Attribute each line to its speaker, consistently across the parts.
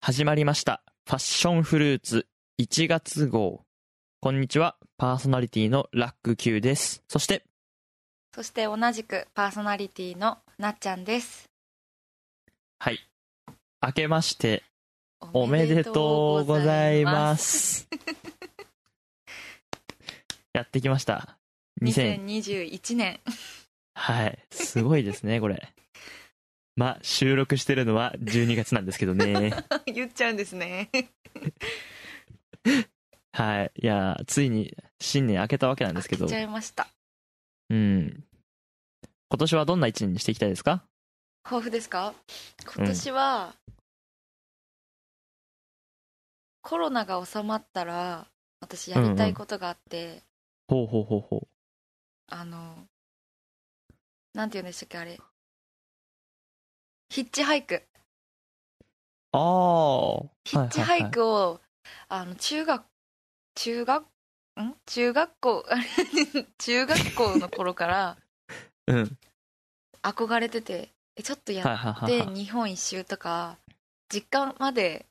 Speaker 1: 始まりました。ファッションフルーツ1月号。こんにちは。パーソナリティのラック Q です。そして、
Speaker 2: そして同じくパーソナリティのなっちゃんです。
Speaker 1: はい。明けまして、おめでとうございます。やってきました。
Speaker 2: 2021年。
Speaker 1: はい。すごいですね、これ。まあ、収録してるのは12月なんですけどね。
Speaker 2: 言っちゃうんですね。
Speaker 1: はい。いや、ついに新年明けたわけなんですけど。
Speaker 2: 明けちゃいました。
Speaker 1: うん。今年はどんな一年にしていきたいですか
Speaker 2: 抱負ですか今年は、うん、コロナが収まったら、私やりたいことがあって。
Speaker 1: うんうん、ほうほうほうほう。
Speaker 2: あの、なんて言うんでしたっけ、あれ。ヒッチハイク。
Speaker 1: ああ。
Speaker 2: ヒッチハイクを、はいはいはい、あの、中学、中学、ん中学校、 あれ、中学校の頃から、
Speaker 1: うん。
Speaker 2: 憧れてて、ちょっとやって、日本一周とか、実家まで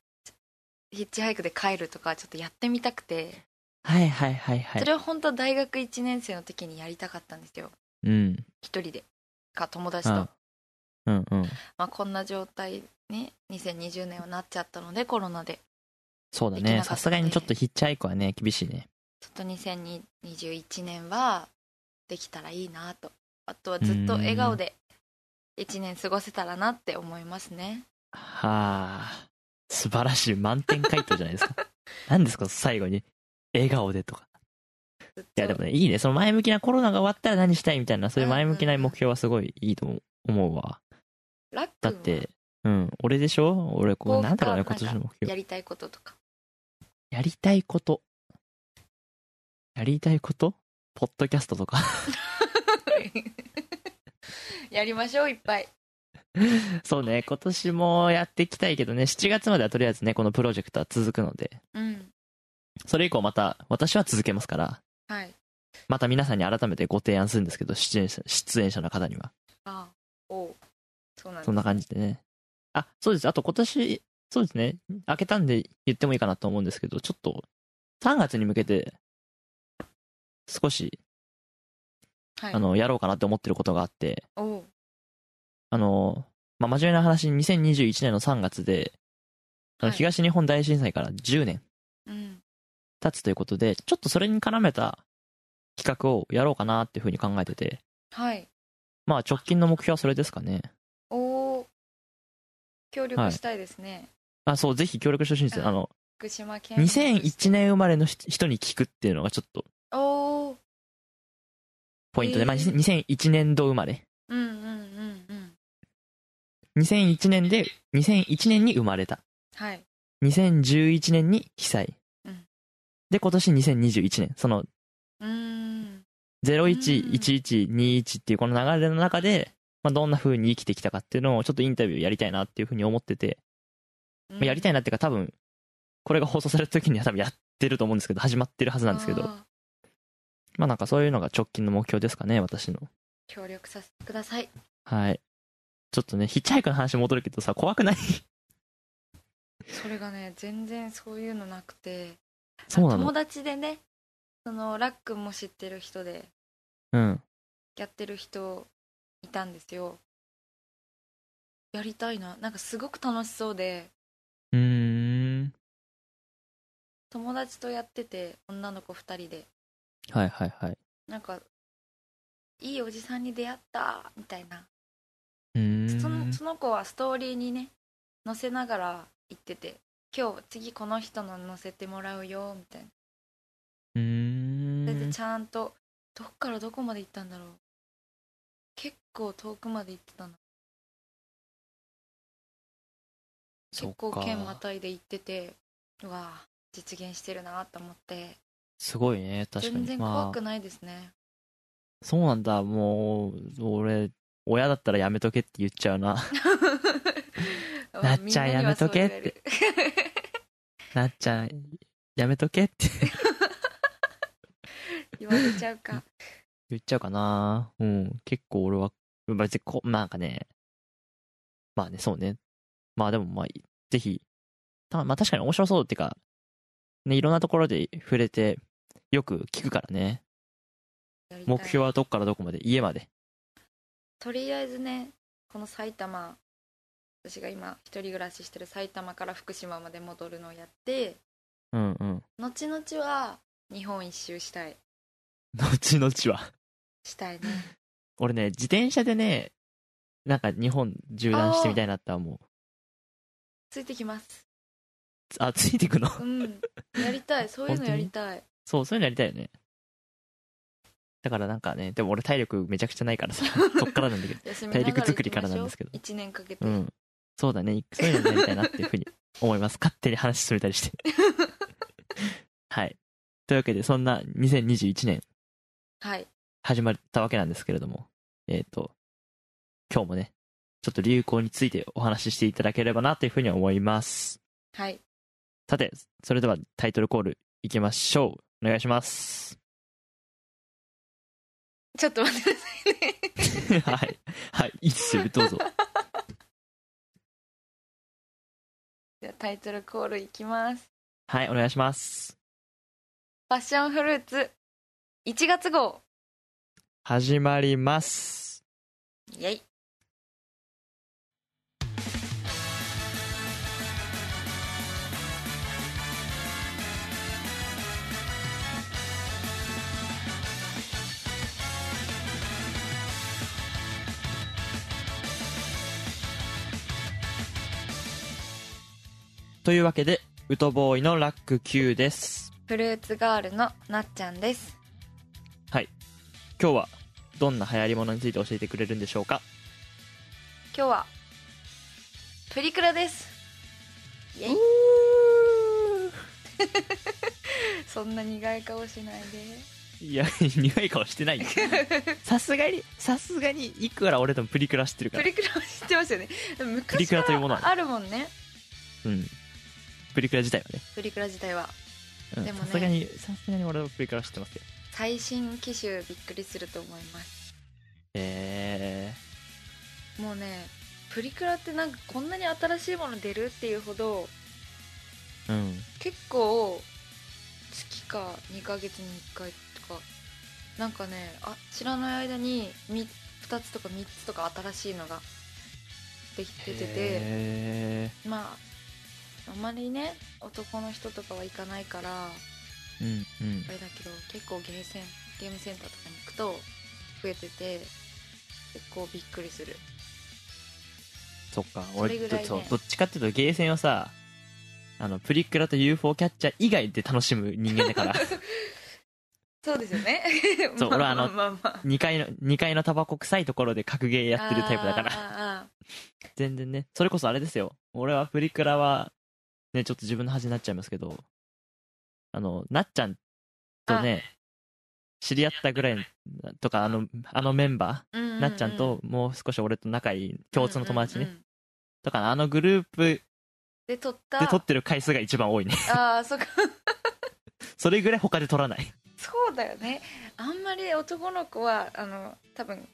Speaker 2: ヒッチハイクで帰るとか、ちょっとやってみたくて。
Speaker 1: はいはいはいはい。
Speaker 2: それを本当は大学1年生の時にやりたかったんですよ。
Speaker 1: うん。
Speaker 2: 一人で。か、友達と。
Speaker 1: うんうん
Speaker 2: まあ、こんな状態ね2020年はなっちゃったのでコロナで
Speaker 1: そうだねさすがにちょっとヒッチハイクはね厳しいね
Speaker 2: ちょっと2021年はできたらいいなとあとはずっと笑顔で1年過ごせたらなって思いますね
Speaker 1: はあ素晴らしい満点回答じゃないです か何ですか最後に笑顔でとかいやでもねいいねその前向きなコロナが終わったら何したいみたいなそういう前向きな目標はすごいいいと思うわ、だって、うん、俺でしょ俺こう、なんだろうね、今年の目標。
Speaker 2: やりたいこととか。
Speaker 1: やりたいこと。やりたいことポッドキャストとか
Speaker 2: やりましょう、いっぱい。
Speaker 1: そうね、今年もやっていきたいけどね、7月まではとりあえずね、このプロジェクトは続くので、
Speaker 2: うん、
Speaker 1: それ以降また、私は続けますから、
Speaker 2: はい、
Speaker 1: また皆さんに改めてご提案するんですけど、出演者出演者の方には。
Speaker 2: あおそうなん、ね、
Speaker 1: そんな感じでね。あ、そうです。あと今年、そうですね。開けたんで言ってもいいかなと思うんですけど、ちょっと、3月に向けて、少し、
Speaker 2: はい、
Speaker 1: あの、やろうかなって思ってることがあって、
Speaker 2: あ
Speaker 1: の、まあ、真面目な話、2021年の3月で、はい、東日本大震災から10年、経つということで、ちょっとそれに絡めた企画をやろうかなっていうふうに考えてて、
Speaker 2: はい。
Speaker 1: まあ、直近の目標はそれですかね。
Speaker 2: おお協力したいですね、
Speaker 1: はい、あそうぜひ協力してほしいんですよ、うん、あの
Speaker 2: 福島県
Speaker 1: 2001年生まれの人に聞くっていうのがちょっと
Speaker 2: おお
Speaker 1: ポイントで、えー、まあ、2001年度生まれ
Speaker 2: うんうんうんうん
Speaker 1: 2001年で2001年に生まれた
Speaker 2: はい
Speaker 1: 2011年に被災、
Speaker 2: うん、
Speaker 1: で今年2021年その
Speaker 2: うん
Speaker 1: 011121っていうこの流れの中でまあ、どんな風に生きてきたかっていうのをちょっとインタビューやりたいなっていう風に思ってて、まあ、やりたいなっていうか多分これが放送された時には多分やってると思うんですけど始まってるはずなんですけどまあなんかそういうのが直近の目標ですかね私の
Speaker 2: 協力させてください
Speaker 1: はいちょっとねヒッチハイクの話戻るけどさ怖くない
Speaker 2: それがね全然そういうのなくて
Speaker 1: そう
Speaker 2: なの友達でねそのラックも知ってる人で
Speaker 1: うん
Speaker 2: やってる人いたんですよやりたいななんかすごく楽しそうで
Speaker 1: うん
Speaker 2: 友達とやってて女の子2人で
Speaker 1: はいはいはい
Speaker 2: なんかいいおじさんに出会ったみたいな
Speaker 1: うん
Speaker 2: そのその子はストーリーにね載せながら行ってて今日次この人の載せてもらうよみたいな
Speaker 1: うん
Speaker 2: それでちゃんとどっからどこまで行ったんだろう結構遠くまで行ってたな結構県またいで行っててうわ実現してるなと思って
Speaker 1: すごいね確かに
Speaker 2: 全然怖くないですね、まあ、
Speaker 1: そうなんだもう俺親だったらやめとけって言っちゃうな なっちゃんやめとけってなっちゃんやめとけって
Speaker 2: 言われちゃうか
Speaker 1: 言っちゃうかなうん。結構俺は、別にこ、なんかね、まあね、そうね。まあでもまあ、ぜひ、た、まあ確かに面白そうっていうか、ね、いろんなところで触れて、よく聞くからね。
Speaker 2: やりたい
Speaker 1: 目標はどこからどこまで、家まで。
Speaker 2: とりあえずねこの埼玉私が今一人暮らししてる埼玉から福島まで戻るのをやって
Speaker 1: うんうん。
Speaker 2: 後々は日本一周したい
Speaker 1: 後々は。
Speaker 2: した いね
Speaker 1: 俺ね、自転車でね、なんか日本縦断してみたいなって思う。
Speaker 2: ついてきます
Speaker 1: あ、ついてくの
Speaker 2: うんやりたいそういうのやりたい
Speaker 1: そう、そういうのやりたいよね。だからなんかね、でも俺体力めちゃくちゃないから さ、そっからなんだけど。
Speaker 2: 休みながら
Speaker 1: 体力作りからなんですけど
Speaker 2: 1年かけて、
Speaker 1: うん。そうだね。そういうのやりたいなっていうふうに思います。勝手に話進めたり して。はい。というわけで、そんな2021年
Speaker 2: はい
Speaker 1: 始まったわけなんですけれども、えっ、と、今日もね、ちょっと流行についてお話ししていただければなというふうに思います。
Speaker 2: はい
Speaker 1: さて、それではタイトルコールいきましょう。お願いし ます。
Speaker 2: ちょっと待って くださいね
Speaker 1: はい。はい。いいっすよ。どうぞ。
Speaker 2: じゃあタイトルコールいきます
Speaker 1: はい。お願いします。
Speaker 2: ファッションフルーツ1月号
Speaker 1: 始まります。
Speaker 2: イエイ
Speaker 1: というわけで、ウトボーイのラック Q です。
Speaker 2: フルーツガールのなっちゃんです
Speaker 1: 今日はどんな流行りものについて教えてくれるんでしょうか
Speaker 2: 今日はプリクラですイエイそんな苦い顔しない
Speaker 1: いや苦い顔してないよ
Speaker 2: で
Speaker 1: さすがにさすがにいくら俺でもプリクラ知ってるか
Speaker 2: プ
Speaker 1: ら
Speaker 2: リクラ知ってますよねでも
Speaker 1: プリ
Speaker 2: 昔
Speaker 1: ク
Speaker 2: か
Speaker 1: ラというものは
Speaker 2: らあるもんね
Speaker 1: うんプリクラ自体はね
Speaker 2: プリクラ自体は
Speaker 1: うん
Speaker 2: でもね
Speaker 1: さすがにさすがに俺もプリクラ知ってますよ
Speaker 2: 最新機種びっくりすると思います
Speaker 1: え
Speaker 2: もうねプリクラってなんかこんなに新しいもの出るっていうほど
Speaker 1: ー、うん
Speaker 2: 結構月か2ヶ月に1回とかなんかねあ知らない間に 2, つとか3つとか新しいのができてて
Speaker 1: へ
Speaker 2: まああまりね男の人とかは行かないからあ
Speaker 1: ーうんうん
Speaker 2: れだけど結構ゲーセンゲームセンターとかに行くと増えてて結構びっくりする
Speaker 1: そっか
Speaker 2: そ
Speaker 1: 俺
Speaker 2: れぐらいね
Speaker 1: どそうどっちかっていうとゲーセンをさあのプリクラと UFO キャッチャー以外で楽しむ人間だから
Speaker 2: そうですよね
Speaker 1: そう
Speaker 2: ま
Speaker 1: 俺はあの
Speaker 2: まあまあ
Speaker 1: 2階の2階のタバコ臭いところで格ゲーやってるタイプだから
Speaker 2: ら
Speaker 1: 全然ねそれこそあれですよ俺はプリクラはねちょっと自分の恥になっちゃいますけどあのなっちゃんとね知り合ったぐらいとかあのあのメンバー、なっちゃんともう少し俺と仲いい共通の友達ね、
Speaker 2: うんうんうん
Speaker 1: だからあのグループ
Speaker 2: で撮った
Speaker 1: で撮ってる回数が一番多いね
Speaker 2: ああそっか
Speaker 1: それぐらい他で撮らない
Speaker 2: そうだよねあんまり男の子はあの多分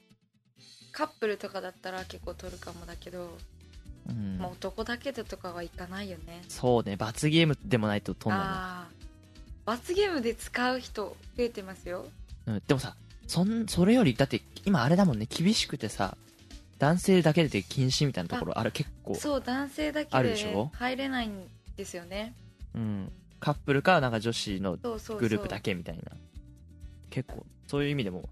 Speaker 2: カップルとかだったら結構撮るかもだけど、
Speaker 1: うん
Speaker 2: まあ、男だけでとかはいかないよね
Speaker 1: そうね罰ゲームでもないと撮んないな
Speaker 2: ああ罰ゲームで使う人増えてますよ
Speaker 1: うん、でもさそんそれよりだって今あれだもんね厳しくてさ男性だけで禁止みたいなところあれ結構
Speaker 2: そう男性だけ
Speaker 1: あるで
Speaker 2: で
Speaker 1: しょ
Speaker 2: 入れないんですよね
Speaker 1: うん、カップルかなんか女子の
Speaker 2: そうそうそう
Speaker 1: グループだけみたいな結構そういう意味でも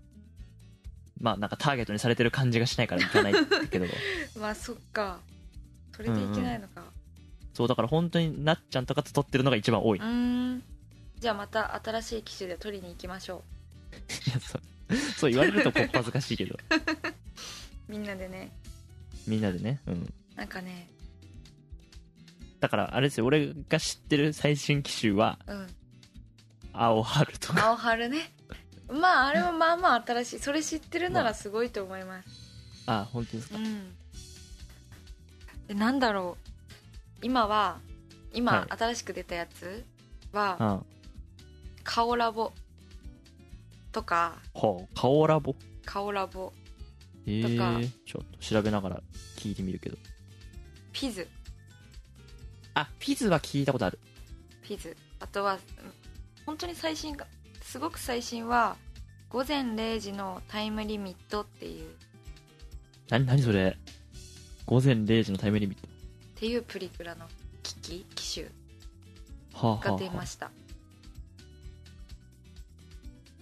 Speaker 1: まあなんかターゲットにされてる感じがしないからいかないけ ど
Speaker 2: まあそっかそれでいけないのか
Speaker 1: そうだから本当になっちゃんとかと撮ってるのが一番多いう
Speaker 2: ーんじゃあまた新しい機種で撮りに行きましょ
Speaker 1: いや そうそう言われるとこっぱずかしいけど
Speaker 2: うみんなでね
Speaker 1: みんなでね、うん、
Speaker 2: なんかね
Speaker 1: だからあれですよ俺が知ってる最新機種は
Speaker 2: うん
Speaker 1: 青春とか
Speaker 2: 青春ね まああれはまあまあ新しいそれ知ってるならすごいと思います、
Speaker 1: あ本当ですか
Speaker 2: うんでなんだろう今は今、
Speaker 1: はい
Speaker 2: 新しく出たやつは
Speaker 1: あ
Speaker 2: 「顔ラボ」とか
Speaker 1: ほう顔ラボ
Speaker 2: 「顔ラボ
Speaker 1: ええ
Speaker 2: とか
Speaker 1: ちょっと調べながら聞いてみるけど
Speaker 2: ピズ
Speaker 1: あフィズは聞いたことある
Speaker 2: フィズあとはうん本当に最新がすごく最新は「午前0時のタイムリミット」っていうっ
Speaker 1: 何何それ午前0時のタイムリミット
Speaker 2: ていうプリクラの機器機種
Speaker 1: はあ、
Speaker 2: が
Speaker 1: は
Speaker 2: 出
Speaker 1: あは
Speaker 2: ました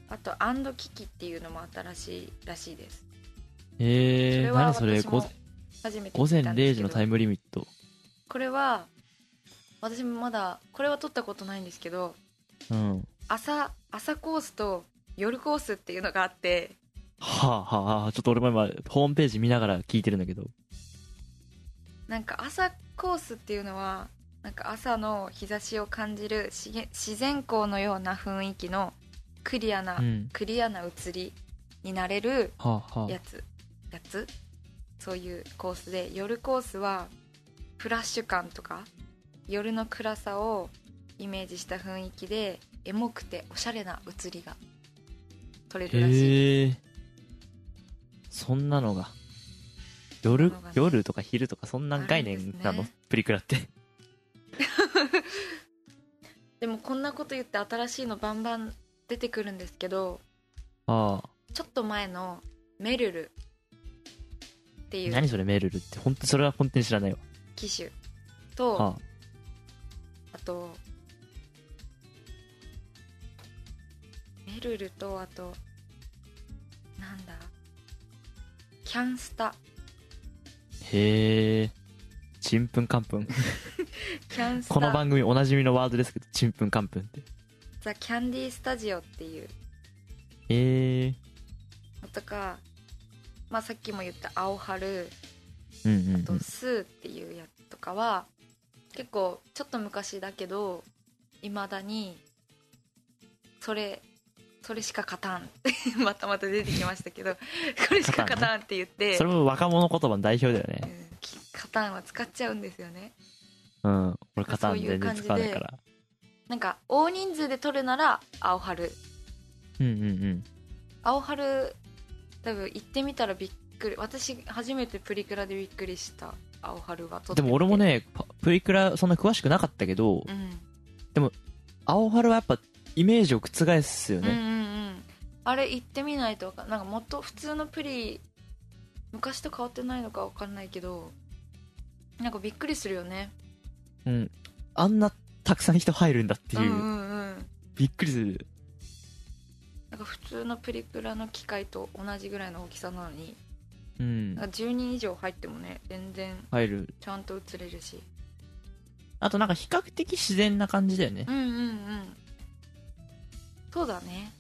Speaker 2: あと「アンド機器」っていうのも新しいらしいです
Speaker 1: あ、へ
Speaker 2: そ
Speaker 1: え
Speaker 2: れは
Speaker 1: 何それ
Speaker 2: 私も
Speaker 1: ご
Speaker 2: 初めて
Speaker 1: 午
Speaker 2: 聞
Speaker 1: 前
Speaker 2: いたんで
Speaker 1: 0
Speaker 2: す
Speaker 1: 時
Speaker 2: け
Speaker 1: の
Speaker 2: ど
Speaker 1: タイムリミット
Speaker 2: これは私もまだこれは撮ったことないんですけど
Speaker 1: うんは
Speaker 2: 朝朝コースと夜コースっていうのがあって
Speaker 1: あはあはあちょっと俺も今ホームページ見ながら聞いてるんだけど
Speaker 2: なんか朝コースっていうのはなんか朝の日差しを感じるしげ自然光のような雰囲気のクリアな、
Speaker 1: うん
Speaker 2: クリアな写りになれる
Speaker 1: はあは
Speaker 2: やつやつそういうコースで夜コースはフラッシュ感とか夜の暗さをイメージした雰囲気でエモくておしゃれな写りが撮れるらしい
Speaker 1: へえそんなのが夜
Speaker 2: そんなのがね
Speaker 1: 夜とか昼とかそんな概
Speaker 2: あるん
Speaker 1: 念
Speaker 2: ですね
Speaker 1: なの、プリクラって
Speaker 2: でもこんなこと言って新しいのバンバン出てくるんですけど
Speaker 1: ああ
Speaker 2: ちょっと前のメルルっていう
Speaker 1: 何それメルルって本当それは本当に知らないわ
Speaker 2: 機種と、
Speaker 1: は
Speaker 2: あとメルルとあとなんだキャンスタ
Speaker 1: あへえちんぷんかん ぷん
Speaker 2: キャンスタ
Speaker 1: この番組おなじみのワードですけどちんぷんかんぷんって
Speaker 2: ザ・キャンディースタジオっていう
Speaker 1: へえ
Speaker 2: のとか、まあ、さっきも言った「青春」
Speaker 1: うんうん、
Speaker 2: あ
Speaker 1: う
Speaker 2: と「
Speaker 1: ん、
Speaker 2: スー」っていうやつとかは結構ちょっと昔だけどいまだにそれそれしか勝たん またまた出てきました けどこれしか勝たんって言って
Speaker 1: それも若者言葉の代表だよね
Speaker 2: うんきカタンは使っちゃうんですよね
Speaker 1: うん俺
Speaker 2: か
Speaker 1: カタ
Speaker 2: そう
Speaker 1: ン
Speaker 2: いう
Speaker 1: 全
Speaker 2: 感
Speaker 1: 然
Speaker 2: じで
Speaker 1: 使わないから
Speaker 2: なんか大人数で取るなら青春
Speaker 1: うんうんうん
Speaker 2: 青春多分行ってみたらびっくり私初めてプリクラでびっくりした青春が撮って
Speaker 1: で
Speaker 2: て
Speaker 1: も俺も、ねパプリクラそんな詳しくなかったけど
Speaker 2: うん、
Speaker 1: 青春はやっぱイメージを覆すよ
Speaker 2: うんうんう
Speaker 1: ね、
Speaker 2: んあれ行ってみないとわかんなんかもっと普通のプリ昔と変わってないのかわかんないけどなんかびっくりするよね
Speaker 1: うんあんなたくさん人入るんだっていう、
Speaker 2: うんうんうん
Speaker 1: びっくりする
Speaker 2: なんか普通のプリクラの機械と同じぐらいの大きさなのに
Speaker 1: うん
Speaker 2: なんか10人以上入ってもね全然
Speaker 1: 入る
Speaker 2: ちゃんと映れるし
Speaker 1: あとなんか比較的自然な感じだよね、
Speaker 2: うんうんうんそうだね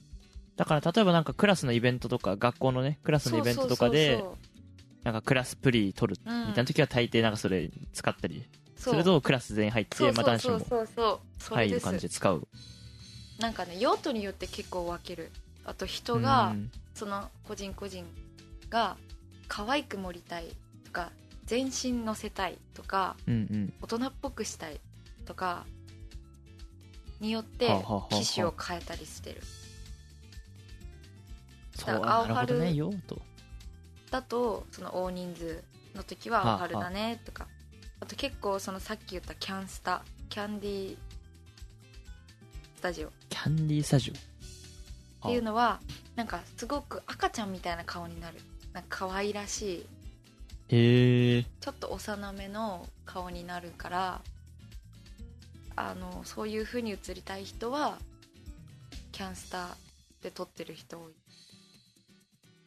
Speaker 1: だから例えばなんかクラスのイベントとか学校のねクラスのイベントとかで
Speaker 2: そう
Speaker 1: なんかクラスプリ撮る
Speaker 2: そうそううん
Speaker 1: みたいな時は大抵なんかそれ使ったりす
Speaker 2: そう
Speaker 1: るとクラス全員入って
Speaker 2: そ
Speaker 1: ま
Speaker 2: う
Speaker 1: あ
Speaker 2: そう
Speaker 1: 男子
Speaker 2: そう
Speaker 1: も
Speaker 2: そうそうそれ
Speaker 1: 入
Speaker 2: で
Speaker 1: る感じ
Speaker 2: す
Speaker 1: で使う
Speaker 2: なんかね用途によって結構分けるあと人が、
Speaker 1: うん
Speaker 2: その個人個人が可愛く盛りたいとか全身乗せたいとか
Speaker 1: うんうん
Speaker 2: 大人っぽくしたいとかによって
Speaker 1: はあはあはあはあ
Speaker 2: 機種を変えたりしてる
Speaker 1: そう
Speaker 2: だから青
Speaker 1: あなるほどね
Speaker 2: 春
Speaker 1: よーと
Speaker 2: だとその大人数の時は
Speaker 1: はあ
Speaker 2: 「春だね」とかあと結構そのさっき言ったキャンスタキャンディースタジオっ
Speaker 1: キャンディースタジオ
Speaker 2: ていうのはなんかすごく赤ちゃんみたいな顔になるなんか可愛らしい
Speaker 1: へえ
Speaker 2: ちょっと幼めの顔になるからあのそういう風に映りたい人はキャンスタで撮ってる人多い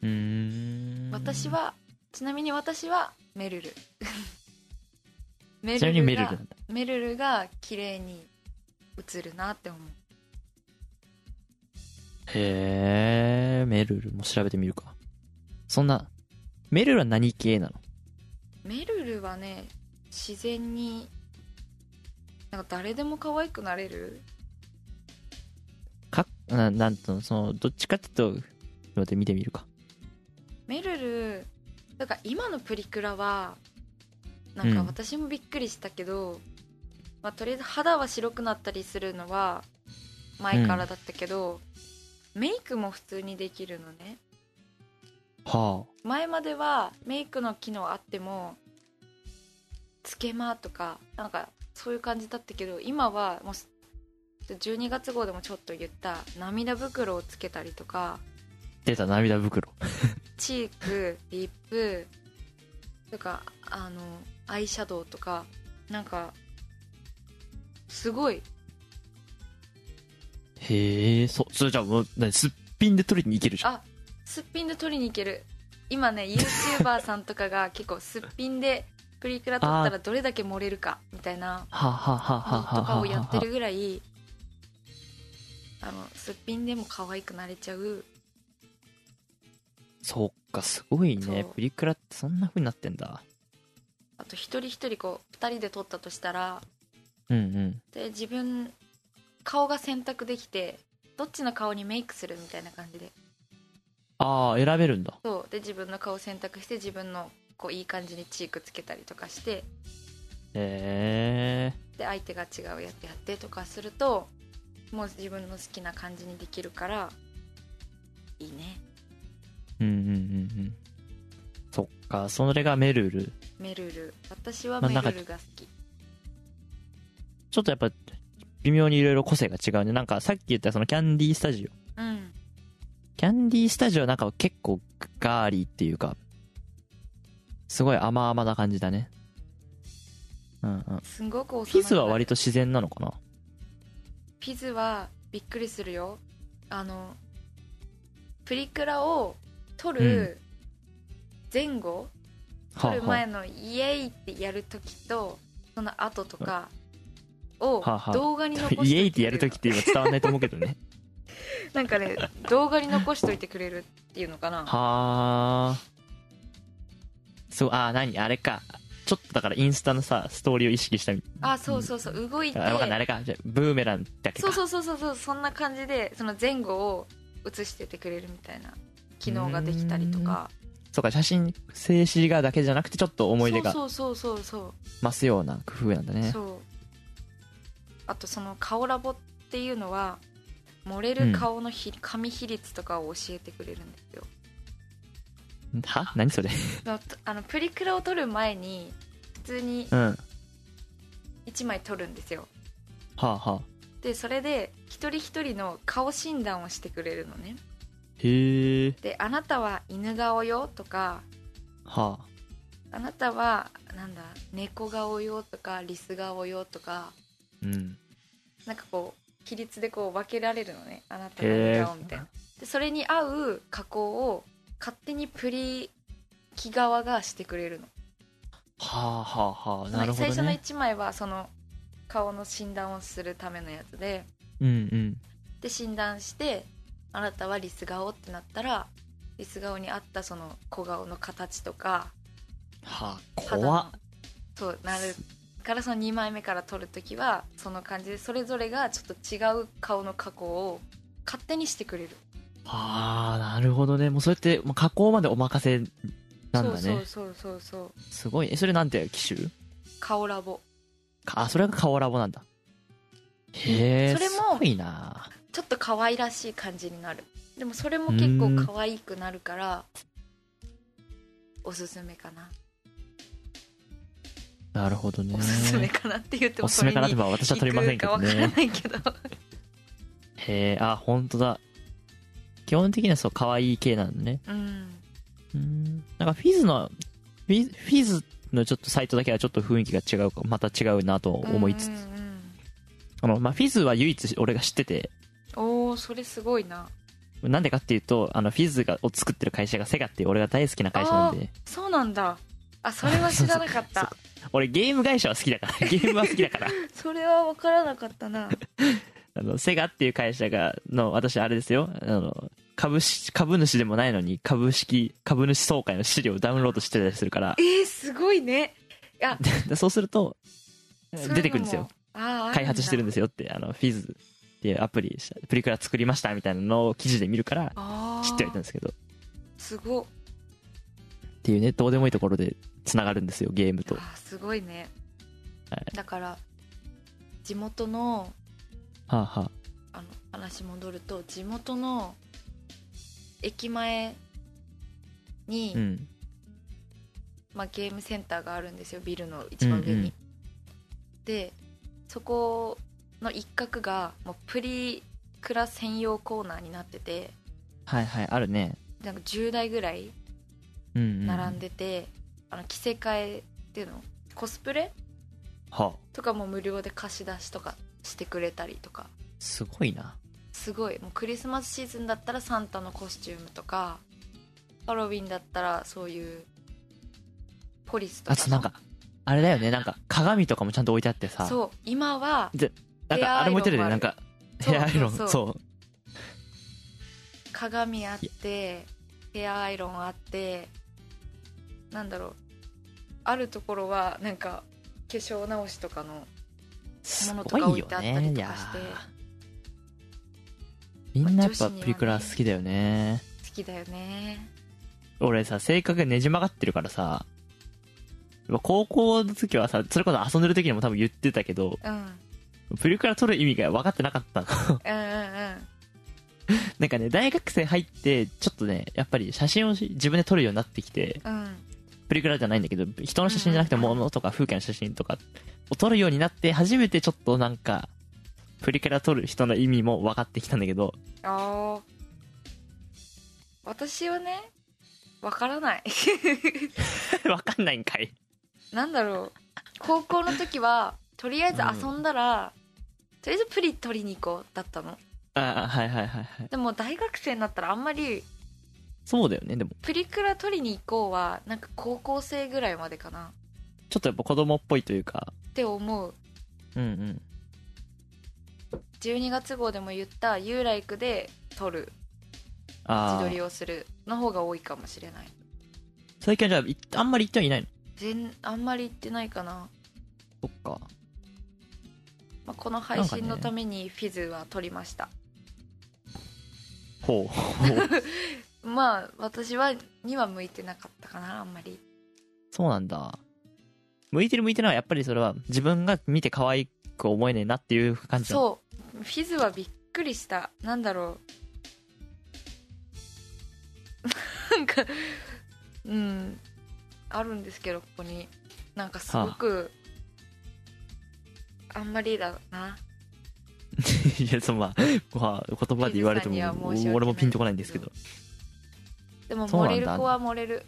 Speaker 1: ーん
Speaker 2: 私はちなみに私はメル ルメ
Speaker 1: ちなみにメルル
Speaker 2: が
Speaker 1: なんだ
Speaker 2: メルルが綺麗に映るなって思う
Speaker 1: へえメルルも調べてみるかそんなメルルは何系なの
Speaker 2: メルルはね自然になんか誰でも可愛くなれる
Speaker 1: かななんとそのどっちかっていうとちょっと待って見てみるか
Speaker 2: メルルだから今のプリクラはなんか
Speaker 1: うん
Speaker 2: 私もびっくりしたけど、まあ、とりあえず肌は白くなったりするのは前からだったけど、メイクも普通にできるのね
Speaker 1: は
Speaker 2: 前まではメイクの機能あってもつけまとかなんかそういう感じだったけど今はもう12月号でもちょっと言った涙袋をつけたりとか
Speaker 1: 出た涙袋。
Speaker 2: チークリップとかあのアイシャドウとかなんかすごい
Speaker 1: へえ、そ、それじゃあもう、何すっぴんで取りに行けるじゃん。
Speaker 2: あすっぴんで取りに行ける今ね YouTuber さんとかが結構すっぴんでプリクラ撮ったらどれだけ盛れるかみたいな
Speaker 1: はあはあはあは
Speaker 2: の
Speaker 1: あは
Speaker 2: と
Speaker 1: あは
Speaker 2: か
Speaker 1: あ
Speaker 2: をやって
Speaker 1: は
Speaker 2: るぐらいあのすっぴんでも可愛くなれちゃう
Speaker 1: あそっか、すごいね
Speaker 2: そ。う
Speaker 1: プリクラってそんな風になってんだ。
Speaker 2: あと一人一人こう2人で撮ったとしたら
Speaker 1: うんうん。
Speaker 2: で自分顔が選択できてどっちの顔にメイクするみたいな感じで
Speaker 1: ああ、選べるんだ。
Speaker 2: そうで自分の顔を選択して自分のこういい感じにチークつけたりとかして
Speaker 1: へえ。
Speaker 2: で相手が違うやつやってとかするともう自分の好きな感じにできるからいいね
Speaker 1: うんうんうんうん。そっか、それがメルール。
Speaker 2: メルル私は
Speaker 1: まあ
Speaker 2: メ
Speaker 1: なんか
Speaker 2: ルルが好き、
Speaker 1: ちょっとやっぱ、微妙にいろいろ個性が違うね。なんかさっき言ったそのキャンディースタジオ。
Speaker 2: うん
Speaker 1: キャンディースタジオなんかは結構ガーリーっていうか、すごい甘々な感じだね。うんうん。
Speaker 2: すごく幼くなる
Speaker 1: フィズは割と自然なのかな
Speaker 2: フィズはびっくりするよあのプリクラを撮る前後、撮る前のイエイってやるときとその後とかを
Speaker 1: はあはあ
Speaker 2: 動画に残してくれ る
Speaker 1: イエイってやるときって今伝わんないと思うけど ね。
Speaker 2: なんかね動画に残しといてくれるっていうのかな
Speaker 1: はあ。そう、あー、何あれか。ちょっとだからインスタのさ、ストーリーを意識したみ
Speaker 2: あそうそうそう動いて
Speaker 1: あ、わかんない。あれか。じゃあブーメランだけ
Speaker 2: そ
Speaker 1: か。
Speaker 2: うそうそうそうそうそんな感じでその前後を映しててくれるみたいな機能ができたりとか
Speaker 1: そうか、写真、静止画だけじゃなくて、ちょっと思い出が
Speaker 2: そうそうそうそうそう
Speaker 1: 増すような工夫なんだね。
Speaker 2: そうあとその顔ラボっていうのは漏れる顔のひ、紙比率とかを教えてくれるんですよ
Speaker 1: は何それ
Speaker 2: のとあのプリクラを撮る前に普通に
Speaker 1: うん。は
Speaker 2: 1枚撮るんですよ
Speaker 1: あはあ。
Speaker 2: でそれで一人一人の顔診断をしてくれるのね
Speaker 1: へえ。
Speaker 2: で「あなたは犬顔よ」とか
Speaker 1: は
Speaker 2: 「あなたはなんだ猫顔よ」とか「リス顔よ」と
Speaker 1: あ。
Speaker 2: か
Speaker 1: うん。
Speaker 2: なんかこう比率でこう分けられるのねあなたの笑顔みたいな、でそれに合う加工を勝手にプリ機側がしてくれるの
Speaker 1: はあはあはあ。なるほ
Speaker 2: 最
Speaker 1: ど
Speaker 2: 初の
Speaker 1: ね。
Speaker 2: 1枚はその顔の診断をするためのやつで
Speaker 1: うんうん。
Speaker 2: で診断してあなたはリス顔ってなったらリス顔に合ったその小顔の形とか
Speaker 1: はあ、
Speaker 2: 肌
Speaker 1: 怖っ
Speaker 2: の。そうなるからその2枚目から撮るときはその感じでそれぞれがちょっと違う顔の加工を勝手にしてくれる
Speaker 1: ああ、なるほどね。もうそうやって、もう加工までお任せなんだね。
Speaker 2: そうそうそうそうそう
Speaker 1: すごいね。それなんて機種
Speaker 2: 顔ラボ
Speaker 1: かあ、それが顔ラボなんだ。へえ、
Speaker 2: それも
Speaker 1: すごいな。
Speaker 2: ちょっと可愛らしい感じになるでもそれも結構可愛くなるからおすすめかな、
Speaker 1: なるほどね。
Speaker 2: おすすめかなって言って
Speaker 1: お
Speaker 2: も
Speaker 1: すすめかなって
Speaker 2: それ
Speaker 1: ば私は取りませ
Speaker 2: に
Speaker 1: ん
Speaker 2: 行
Speaker 1: け
Speaker 2: くか
Speaker 1: ど
Speaker 2: わから
Speaker 1: ね。
Speaker 2: ないけど
Speaker 1: へえ、あ、本当だ。基本的にはそう、可愛い系なんだね。
Speaker 2: うん
Speaker 1: うん。なんかフィズの、フィフィズのちょっとサイトだけはちょっと雰囲気が違うか、また違うなと思いつつ。
Speaker 2: うんうんうん
Speaker 1: あの、まあ、フィズは唯一俺が知ってて、
Speaker 2: おおそれすごいな
Speaker 1: なんでかっていうと、あの、フィズが、を作ってる会社がセガっていう俺が大好きな会社なんで、
Speaker 2: そうなんだあそれは知らなかっ
Speaker 1: そう
Speaker 2: た
Speaker 1: 俺ゲーム会社は好きだ から、ゲームは好きだから、
Speaker 2: それは分からなかったな
Speaker 1: あの、セガっていう会社が、の、私あれですよ、あの、株式、株主でもないのに、株式、株主総会の資料をダウンロードしてたりする から
Speaker 2: え、ー、すごいね
Speaker 1: でそうすると、
Speaker 2: それ
Speaker 1: 出てくるんですよ
Speaker 2: も。あー
Speaker 1: 開発してるんです
Speaker 2: よ
Speaker 1: よって、あの、フィズっていうアプリ、プリクラ作りましたみたいなのを記事で見るから、
Speaker 2: あ
Speaker 1: 知
Speaker 2: あ
Speaker 1: ってはいたんですけど、っ
Speaker 2: すご
Speaker 1: ていうね、どうでもいいところで繋がるんですよ、ゲームと。
Speaker 2: あーすごいね、
Speaker 1: はい
Speaker 2: だから地元の
Speaker 1: はあ、はあ
Speaker 2: あの話戻ると地元の駅前に、
Speaker 1: うん。
Speaker 2: まあ、ゲームセンターがあるんですよビルの一番上
Speaker 1: う
Speaker 2: に、
Speaker 1: んうん
Speaker 2: でそこの一角がもうプリクラ専用コーナーになってて
Speaker 1: はいはいあるね
Speaker 2: なんか10台ぐらい
Speaker 1: うん、うん、
Speaker 2: 並んでて、あの着せ替えっていうのコスプレ
Speaker 1: はあ
Speaker 2: とかも無料で貸し出しとかしてくれたりとか
Speaker 1: すごいな
Speaker 2: すごいもうクリスマスシーズンだったらサンタのコスチュームとかハロウィンだったらそういうポリスとか
Speaker 1: あとなんかあれだよねなんか鏡とかもちゃんと置いてあってさ
Speaker 2: そう今は
Speaker 1: なんかあれも言ってるよねなんか
Speaker 2: ヘ
Speaker 1: ヘ
Speaker 2: ア
Speaker 1: ア
Speaker 2: ア
Speaker 1: ア
Speaker 2: イ
Speaker 1: イ
Speaker 2: ロ
Speaker 1: ロ
Speaker 2: ン
Speaker 1: ン
Speaker 2: そ
Speaker 1: そうう
Speaker 2: 鏡あってヘアアイロンあってなんだろうあるところはなんか化粧直しとかの
Speaker 1: す
Speaker 2: ものと
Speaker 1: ご
Speaker 2: か置
Speaker 1: い
Speaker 2: い
Speaker 1: よ
Speaker 2: てあった
Speaker 1: ね
Speaker 2: り
Speaker 1: い
Speaker 2: と
Speaker 1: や
Speaker 2: かして
Speaker 1: ーみんなやっぱ
Speaker 2: まあ女子にはね
Speaker 1: プリクラ好きだよね
Speaker 2: 好きだよね
Speaker 1: 俺さ性格ねじ曲がってるからさ高校の時はさそれこそ遊んでる時にも多分言ってたけど
Speaker 2: うんうん
Speaker 1: プリクラ取る意味が分かってなかったの
Speaker 2: うんうん
Speaker 1: なんかね大学生入ってちょっとねやっぱり写真をし自分で撮るようになってきて
Speaker 2: うん
Speaker 1: プリクラじゃないんだけど人の写真じゃなくて
Speaker 2: うんうん
Speaker 1: 物とか風景の写真とかを撮るようになって初めてちょっとなんかプリクラ撮る人の意味も分かってきたんだけど
Speaker 2: ああ私はねわからない
Speaker 1: 分かんないんかい
Speaker 2: なんだろう高校の時はとりあえず遊んだら、とりあえずプリ取りに行こうだったの
Speaker 1: ああはいはいはいはい
Speaker 2: でも大学生になったらあんまり
Speaker 1: そうだよねでも
Speaker 2: プリクラ取りに行こうはなんか高校生ぐらいまでかな
Speaker 1: ちょっとやっぱ子供っぽいというか
Speaker 2: って思う
Speaker 1: うんうん
Speaker 2: 12月号でも言った「ユーライク」で取る自
Speaker 1: あ
Speaker 2: 撮
Speaker 1: あ
Speaker 2: りをするの方が多いかもしれない
Speaker 1: 最近はじゃあいあんまり行ってはいないの
Speaker 2: 全あんまり行ってないかな、
Speaker 1: そっか
Speaker 2: まあ、この配信
Speaker 1: なんか
Speaker 2: の
Speaker 1: ね
Speaker 2: ためにフィズは取りました、
Speaker 1: ほうほ う
Speaker 2: まあ私はには向いてなかったかなあんまり
Speaker 1: そうなんだ向いてる向いてないはやっぱりそれは自分が見て可愛く思えねえなっていう感じなの
Speaker 2: そうフィズはびっくりしたなんだろう なんかうんあるんですけどここになんかすごくあんまりだない
Speaker 1: やそうまあ、まあ言葉で言われても
Speaker 2: ピーさんには申し訳ない
Speaker 1: 俺もピンとこないんですけど
Speaker 2: でも
Speaker 1: そう
Speaker 2: 漏
Speaker 1: なん
Speaker 2: れる
Speaker 1: だ
Speaker 2: 子は漏れる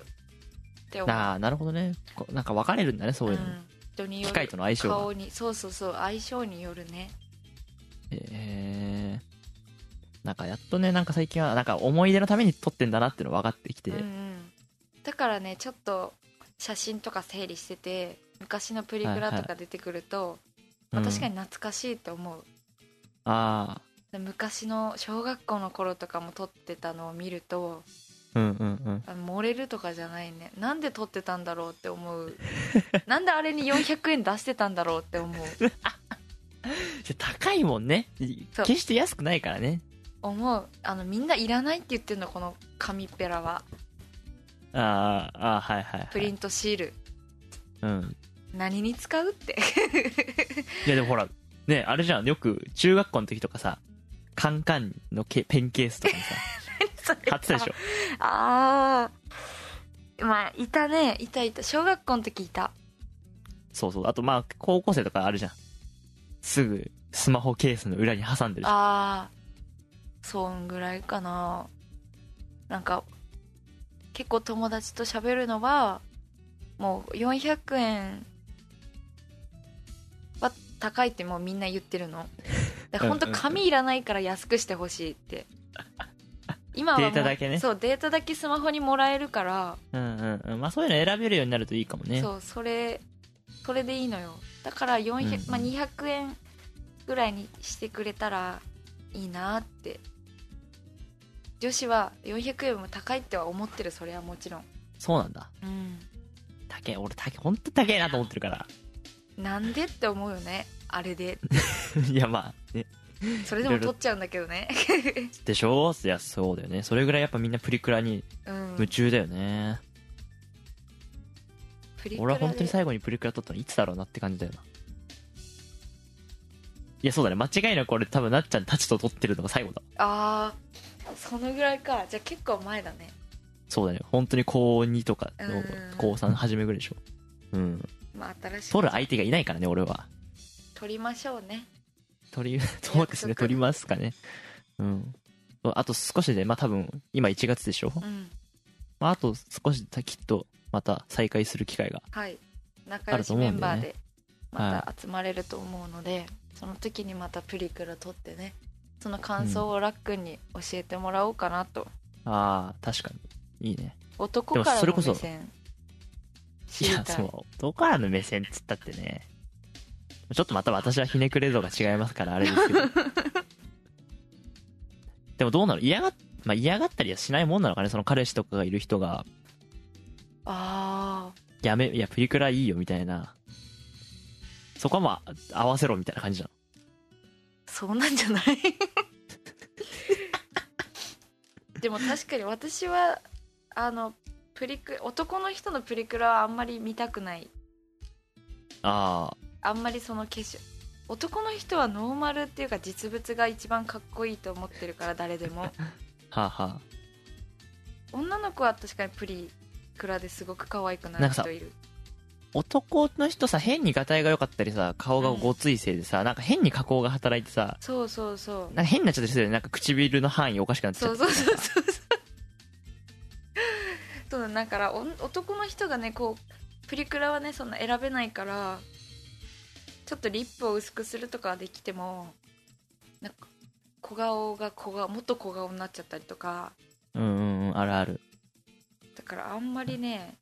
Speaker 2: って思う
Speaker 1: ああなるほどねこなんか分かれるんだねそういうの、
Speaker 2: ん、人に
Speaker 1: 機
Speaker 2: よる
Speaker 1: 械との相性が
Speaker 2: 顔にそうそうそう相性によるね
Speaker 1: えー、なんかやっとねなんか最近はなんか思い出のために撮ってんだなっていうの分かってきて、
Speaker 2: うんうん、だからねちょっと写真とか整理してて昔のプリクラとか出てくると、
Speaker 1: うん
Speaker 2: まあ確かに懐かしいと思う
Speaker 1: あ
Speaker 2: で昔の小学校の頃とかも撮ってたのを見ると
Speaker 1: あうんうんうん
Speaker 2: あ漏れるとかじゃないねなんで撮ってたんだろうって思 うなんであれに400円出してたんだろうって思う
Speaker 1: じゃ高いもんねい
Speaker 2: そう
Speaker 1: 決して安くないからね
Speaker 2: 思うあのみんないらないって言ってるのこの紙っぺらは
Speaker 1: あーあーはいはい、はい、
Speaker 2: プリントシール
Speaker 1: うん
Speaker 2: 何に使うって
Speaker 1: いやでもほら、ね、あれじゃん、よく中学校の時とかさ、カンカンのけペンケースとかに さ、
Speaker 2: それ
Speaker 1: 貼ってたでしょ。
Speaker 2: ああまあいたねいたいた小学校の時いた
Speaker 1: そうそう。あとまあ、高校生とかあるじゃん。すぐ、スマホケースの裏に挟んでるじゃん。
Speaker 2: ああそんぐらいかななんか結構友達と喋るのはもう400円は高いってもうみんな言ってるのだから本当
Speaker 1: うんうんうん
Speaker 2: 紙いらないから安くしてほしいって今はもう
Speaker 1: データだけね
Speaker 2: そうデータだけスマホにもらえるから
Speaker 1: うんうんうん。まあそういうの選べるようになるといいかもね。
Speaker 2: そうそれそれでいいのよだから400、
Speaker 1: うんうん
Speaker 2: まあ、200円ぐらいにしてくれたらいいなって女子は400円も高いっては思ってるそれはもちろん
Speaker 1: そうなんだ。
Speaker 2: うん
Speaker 1: 高え、俺高え、ほんと高えなと思ってるから。
Speaker 2: なんでって思うよねあれで
Speaker 1: いやまあ、ね、
Speaker 2: それでも取っちゃうんだけどね
Speaker 1: でしょいや、そうだよね。それぐらいやっぱみんなプリクラに
Speaker 2: うん
Speaker 1: 夢中だよね。
Speaker 2: プリク
Speaker 1: 俺
Speaker 2: ラ
Speaker 1: は本当に
Speaker 2: で
Speaker 1: 最後にプリクラ撮ったのいつだろうなって感じだよな。いや、そうだね。間違いなく俺多分なっちゃんたちと撮ってるのが最後だ。
Speaker 2: ああそのぐらいかじゃあ結構前だね
Speaker 1: そうだね本当に高2とかの
Speaker 2: うん
Speaker 1: 高3初めぐらいでしょうん
Speaker 2: まあ新しい
Speaker 1: 取る相手がいないからね俺は
Speaker 2: 撮りましょうね
Speaker 1: 取り、 そうですね、
Speaker 2: 約束
Speaker 1: 取りますかね。うん。あと少しで、まあ多分、今1月でしょ、
Speaker 2: うん
Speaker 1: まあ、あと少しできっと、また再開する機会が。
Speaker 2: はい
Speaker 1: あ
Speaker 2: 仲良
Speaker 1: ると
Speaker 2: し
Speaker 1: 思
Speaker 2: メ
Speaker 1: うん
Speaker 2: ン
Speaker 1: だよ
Speaker 2: バ
Speaker 1: ね
Speaker 2: ーでまた集まれると思うので、その時にまたプリクラ撮ってねその感想をラックンに教えてもらおうかなと、
Speaker 1: ああ、確かに。いいね。
Speaker 2: 男から
Speaker 1: で
Speaker 2: の
Speaker 1: も
Speaker 2: 目
Speaker 1: それこそ
Speaker 2: 線
Speaker 1: い
Speaker 2: 知り
Speaker 1: や、
Speaker 2: たい
Speaker 1: そう、どこからの目線っつったってね。ちょっとまた私はひねくれ像が違いますから、あれですけど。 でもどうなの嫌が、まあ、嫌がったりはしないもんなのかねその彼氏とかがいる人が、
Speaker 2: ああ
Speaker 1: やめ、いや、プリクラいいよ、みたいな。そこはまあ、合わせろ、みたいな感じなの。
Speaker 2: そうなんじゃない でも確かに私はあのプリク男の人のプリクラはあんまり見たくない
Speaker 1: ああ、
Speaker 2: あんまりその化粧男の人はノーマルっていうか実物が一番かっこいいと思ってるから誰 でも
Speaker 1: はあは
Speaker 2: 女の子は確かにプリクラですごく可愛く
Speaker 1: な
Speaker 2: な
Speaker 1: ん
Speaker 2: る
Speaker 1: かさ
Speaker 2: 人いる
Speaker 1: あ。男の人さ、変にガタイが良かったりさ、顔がごついせいでさ、なんか変に加工が働いてさ、
Speaker 2: そうそうそう
Speaker 1: なんか変になっちゃったりするよね。なんか唇の範囲おかしくなっちゃ
Speaker 2: そ
Speaker 1: っ
Speaker 2: う
Speaker 1: てさ
Speaker 2: そうそうそうそうそうだからおん男の人がねこうプリクラはねそんな選べないからちょっとリップを薄くするとかはできてもなんか小顔が小顔もっと小顔になっちゃったりとか
Speaker 1: うんうんうん、あるある。
Speaker 2: だからあんまりね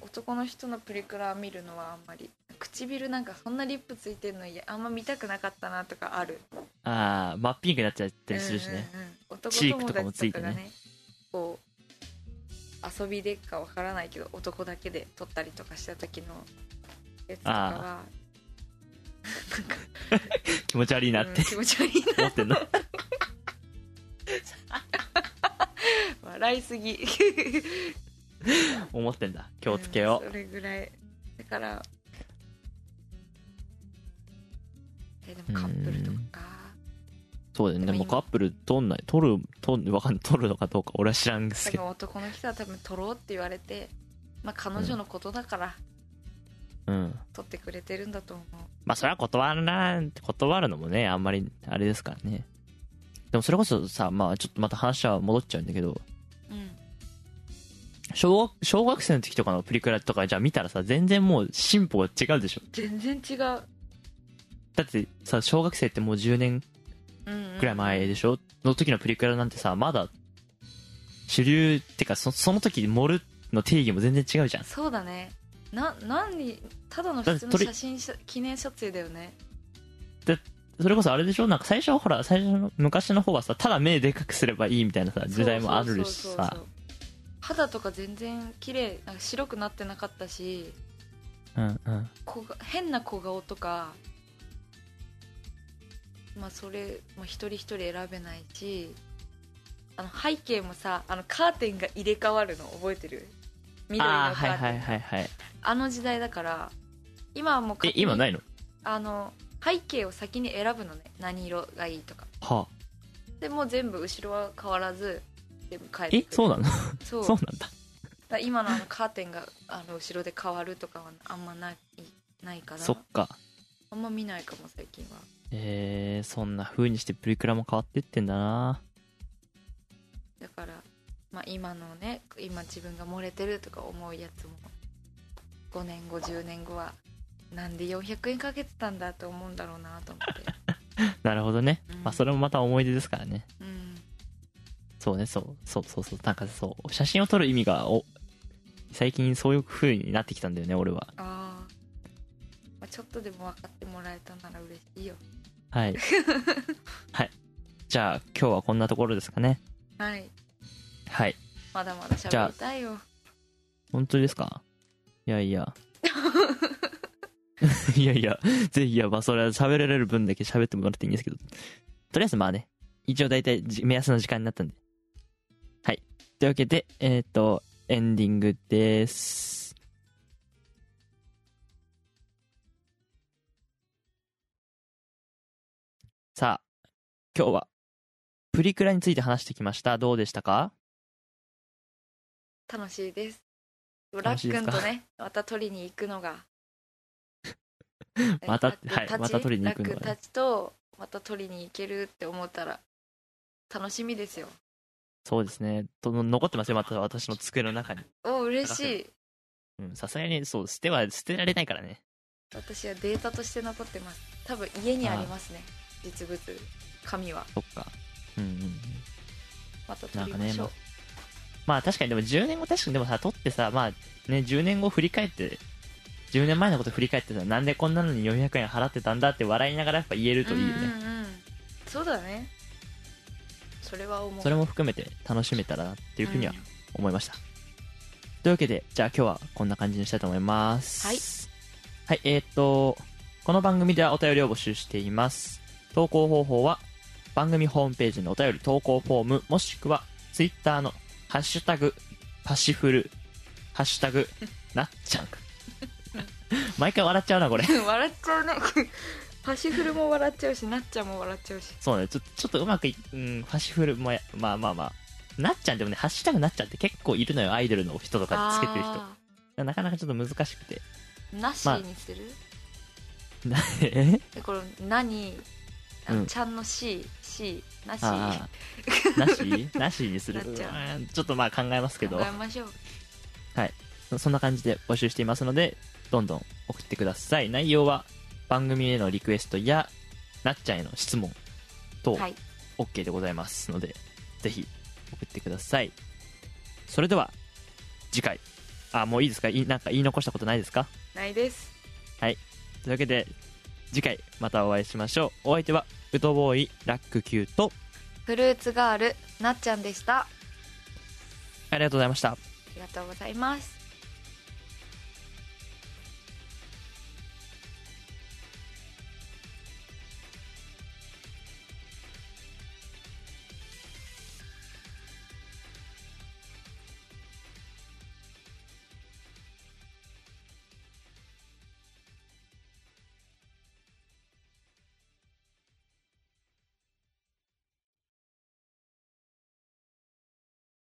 Speaker 2: 男の人のプリクラ見るのはあんまり唇なんかそんなリップついてるのいやあんま見たくなかったなとかある
Speaker 1: ああ、真っピンクになっちゃったりするしね。
Speaker 2: うんうんうん男
Speaker 1: チーク
Speaker 2: 友
Speaker 1: とかもつ
Speaker 2: 達
Speaker 1: い
Speaker 2: と
Speaker 1: て
Speaker 2: か
Speaker 1: ね
Speaker 2: がねこう遊びでかわからないけど男だけで撮ったりとかした時のやつとかは
Speaker 1: 気持ち悪いな
Speaker 2: なん
Speaker 1: っ
Speaker 2: か、うん
Speaker 1: て
Speaker 2: 気持ち悪い
Speaker 1: 思ってんの。
Speaker 2: な笑いすぎ
Speaker 1: 思ってんだ。気をつけよ
Speaker 2: うんそれぐらいだからえでもカップルとか
Speaker 1: う。そうだよね。で
Speaker 2: で
Speaker 1: も
Speaker 2: も今
Speaker 1: カップル取んない。取る、取ん、わかんない。取るのかどうか俺は知らんです
Speaker 2: 多
Speaker 1: けど。
Speaker 2: 分男の人は多分撮ろうって言われてまあ彼女のことだから
Speaker 1: うん。
Speaker 2: 撮ってくれてるんだと思う
Speaker 1: まあそれは断らない、断るのもね、あんまり、あれですからね。でもそれこそさ、まあちょっとまた話は戻っちゃうんだけど、
Speaker 2: うん
Speaker 1: 小学、小学生の時とかのプリクラとかじゃあ見たらさ、全然もう進歩が違うでしょ。
Speaker 2: 全然違う
Speaker 1: だってさ、小学生ってもう10年ぐらい前でしょの時のプリクラなんてさ、まだ、主流ってかそ、その時盛るの定義も全然違うじゃん。
Speaker 2: そうだねな何ただの普通
Speaker 1: だっ
Speaker 2: の
Speaker 1: て
Speaker 2: 写真し記念撮影だよね
Speaker 1: それこそあれでしょなんか最初はほら、最初の昔の方はさ、ただ目でかくすればいいみたいなさ、時代もあるし
Speaker 2: そうそうそう
Speaker 1: さ
Speaker 2: そ。う肌とか全然綺麗なんか白くなってなかったし
Speaker 1: うんうん。
Speaker 2: 小が変な小顔とかまあそれも一人一人選べないしあの背景もさあのカーテンが入れ替わるの覚えてる緑のカ
Speaker 1: ああ、
Speaker 2: ーテ
Speaker 1: はい
Speaker 2: ンあ,、
Speaker 1: はいはいはい。
Speaker 2: の時代だから今はもう
Speaker 1: え
Speaker 2: 勝、手に
Speaker 1: 今ないの
Speaker 2: あの背景を先に選ぶのね何色がいいとか
Speaker 1: はあ。
Speaker 2: でもう全部後ろは変わらず全部変えて
Speaker 1: え、そうなの
Speaker 2: のそう
Speaker 1: そう
Speaker 2: だか
Speaker 1: なんだ。
Speaker 2: ら今のあのカーテンがあの後ろで変わるとかはあんまないないかな
Speaker 1: そっか。
Speaker 2: あんま見ないかも最近は
Speaker 1: えー、そんな風にしてプリクラも変わってってんだな
Speaker 2: だから、まあ、今のね今自分が漏れてるとか思うやつも5年後10年後はなんで400円かけてたんだと思うんだろうなと思って、
Speaker 1: なるほどね。 まあそれもまた思い出ですからね。
Speaker 2: うん、
Speaker 1: そうね、そう、そうそうそう、なんかそう、写真を撮る意味が、お、最近そういう風になってきたんだよね、俺は。
Speaker 2: あー、まあちょっとでも分かってもらえたなら嬉しいよ
Speaker 1: はい。はい。じゃあ、今日はこんなところですかね。
Speaker 2: はい
Speaker 1: はい。
Speaker 2: まだまだ
Speaker 1: じゃ
Speaker 2: 喋
Speaker 1: あ
Speaker 2: りたいよ
Speaker 1: 本当ですかいやいや。 いやいや、ぜひ、いや、まあ、それは喋られる分だけ喋ってもらっていいんですけど。とりあえず、まあね、一応大体じ目安の時間になったんで。はい。というわけで、えっ、と、エンディングです。さあ、今日は、プリクラについて話してきました。どうでしたか
Speaker 2: 楽しいです。ブラ
Speaker 1: 楽しい
Speaker 2: ッ
Speaker 1: で
Speaker 2: ク
Speaker 1: す
Speaker 2: ン
Speaker 1: か
Speaker 2: とね、また取りに行くのが
Speaker 1: また
Speaker 2: え
Speaker 1: はい
Speaker 2: 立ち
Speaker 1: また取りに行くのがね
Speaker 2: 楽立ちとまた取りに行けるって思ったら楽しみですよ
Speaker 1: そうですね。と残ってますよ、また私の机の中に。
Speaker 2: お嬉しい
Speaker 1: うん、さすがに、そう、捨ては捨てられないからね。
Speaker 2: 私はデータとして残ってます多分家にありますね実物紙は
Speaker 1: そっか。うんうんうん。
Speaker 2: また取りましょう、
Speaker 1: なんかねまあ確かに、でも10年後確かにでもさ、取ってさ、まあね、10年後振り返って、10年前のこと振り返ってさ、なんでこんなのに400円払ってたんだって笑いながらやっぱ言えるといいよね。
Speaker 2: うんうんうんそうだねそれは思う
Speaker 1: それも含めて楽しめたらなっていうふうには
Speaker 2: うん
Speaker 1: 思いました、というわけでじゃあ今日はこんな感じにしたいと思います
Speaker 2: はい
Speaker 1: はいえーっとこの番組ではお便りを募集しています投稿方法は番組ホームページのお便り投稿フォームもしくはツイッターの「ハッシュタグパシフル」「ハッシュタ グなっちゃん」 毎回笑っちゃうなこれ
Speaker 2: 笑っちゃうなパシフルも笑っちゃうしなっちゃんも笑っちゃうし
Speaker 1: そうねちょちょっとうまくいうんパシフルもやまあまあまあなっちゃんでもね「ハッシュタグなっちゃん」って結構いるのよアイドルの人とかつけてる人
Speaker 2: あ
Speaker 1: なかなかちょっと難しくて。
Speaker 2: ーなしにする、
Speaker 1: え
Speaker 2: えこの「な」に「あ
Speaker 1: うん
Speaker 2: ちゃん」の「し」「し」「なし」
Speaker 1: あ あ、なしなしにする
Speaker 2: なっちゃ
Speaker 1: うんちょっとまあ考えますけど
Speaker 2: 考、えましょう
Speaker 1: そんな感じで募集していますので、どんどん送ってください。内容は番組へのリクエストや、なっちゃんへの質問等、
Speaker 2: はい
Speaker 1: OK でございますので、ぜひ送ってください。それでは、次回。あ、もういいですかいなんか言い残したことないですか
Speaker 2: ないです
Speaker 1: というわけで、次回またお会いしましょう。お相手は、ウトボーイ、ラック Q と、
Speaker 2: フルーツガールなっちゃんでしたあ
Speaker 1: ありがとうございました。
Speaker 2: りがとうございます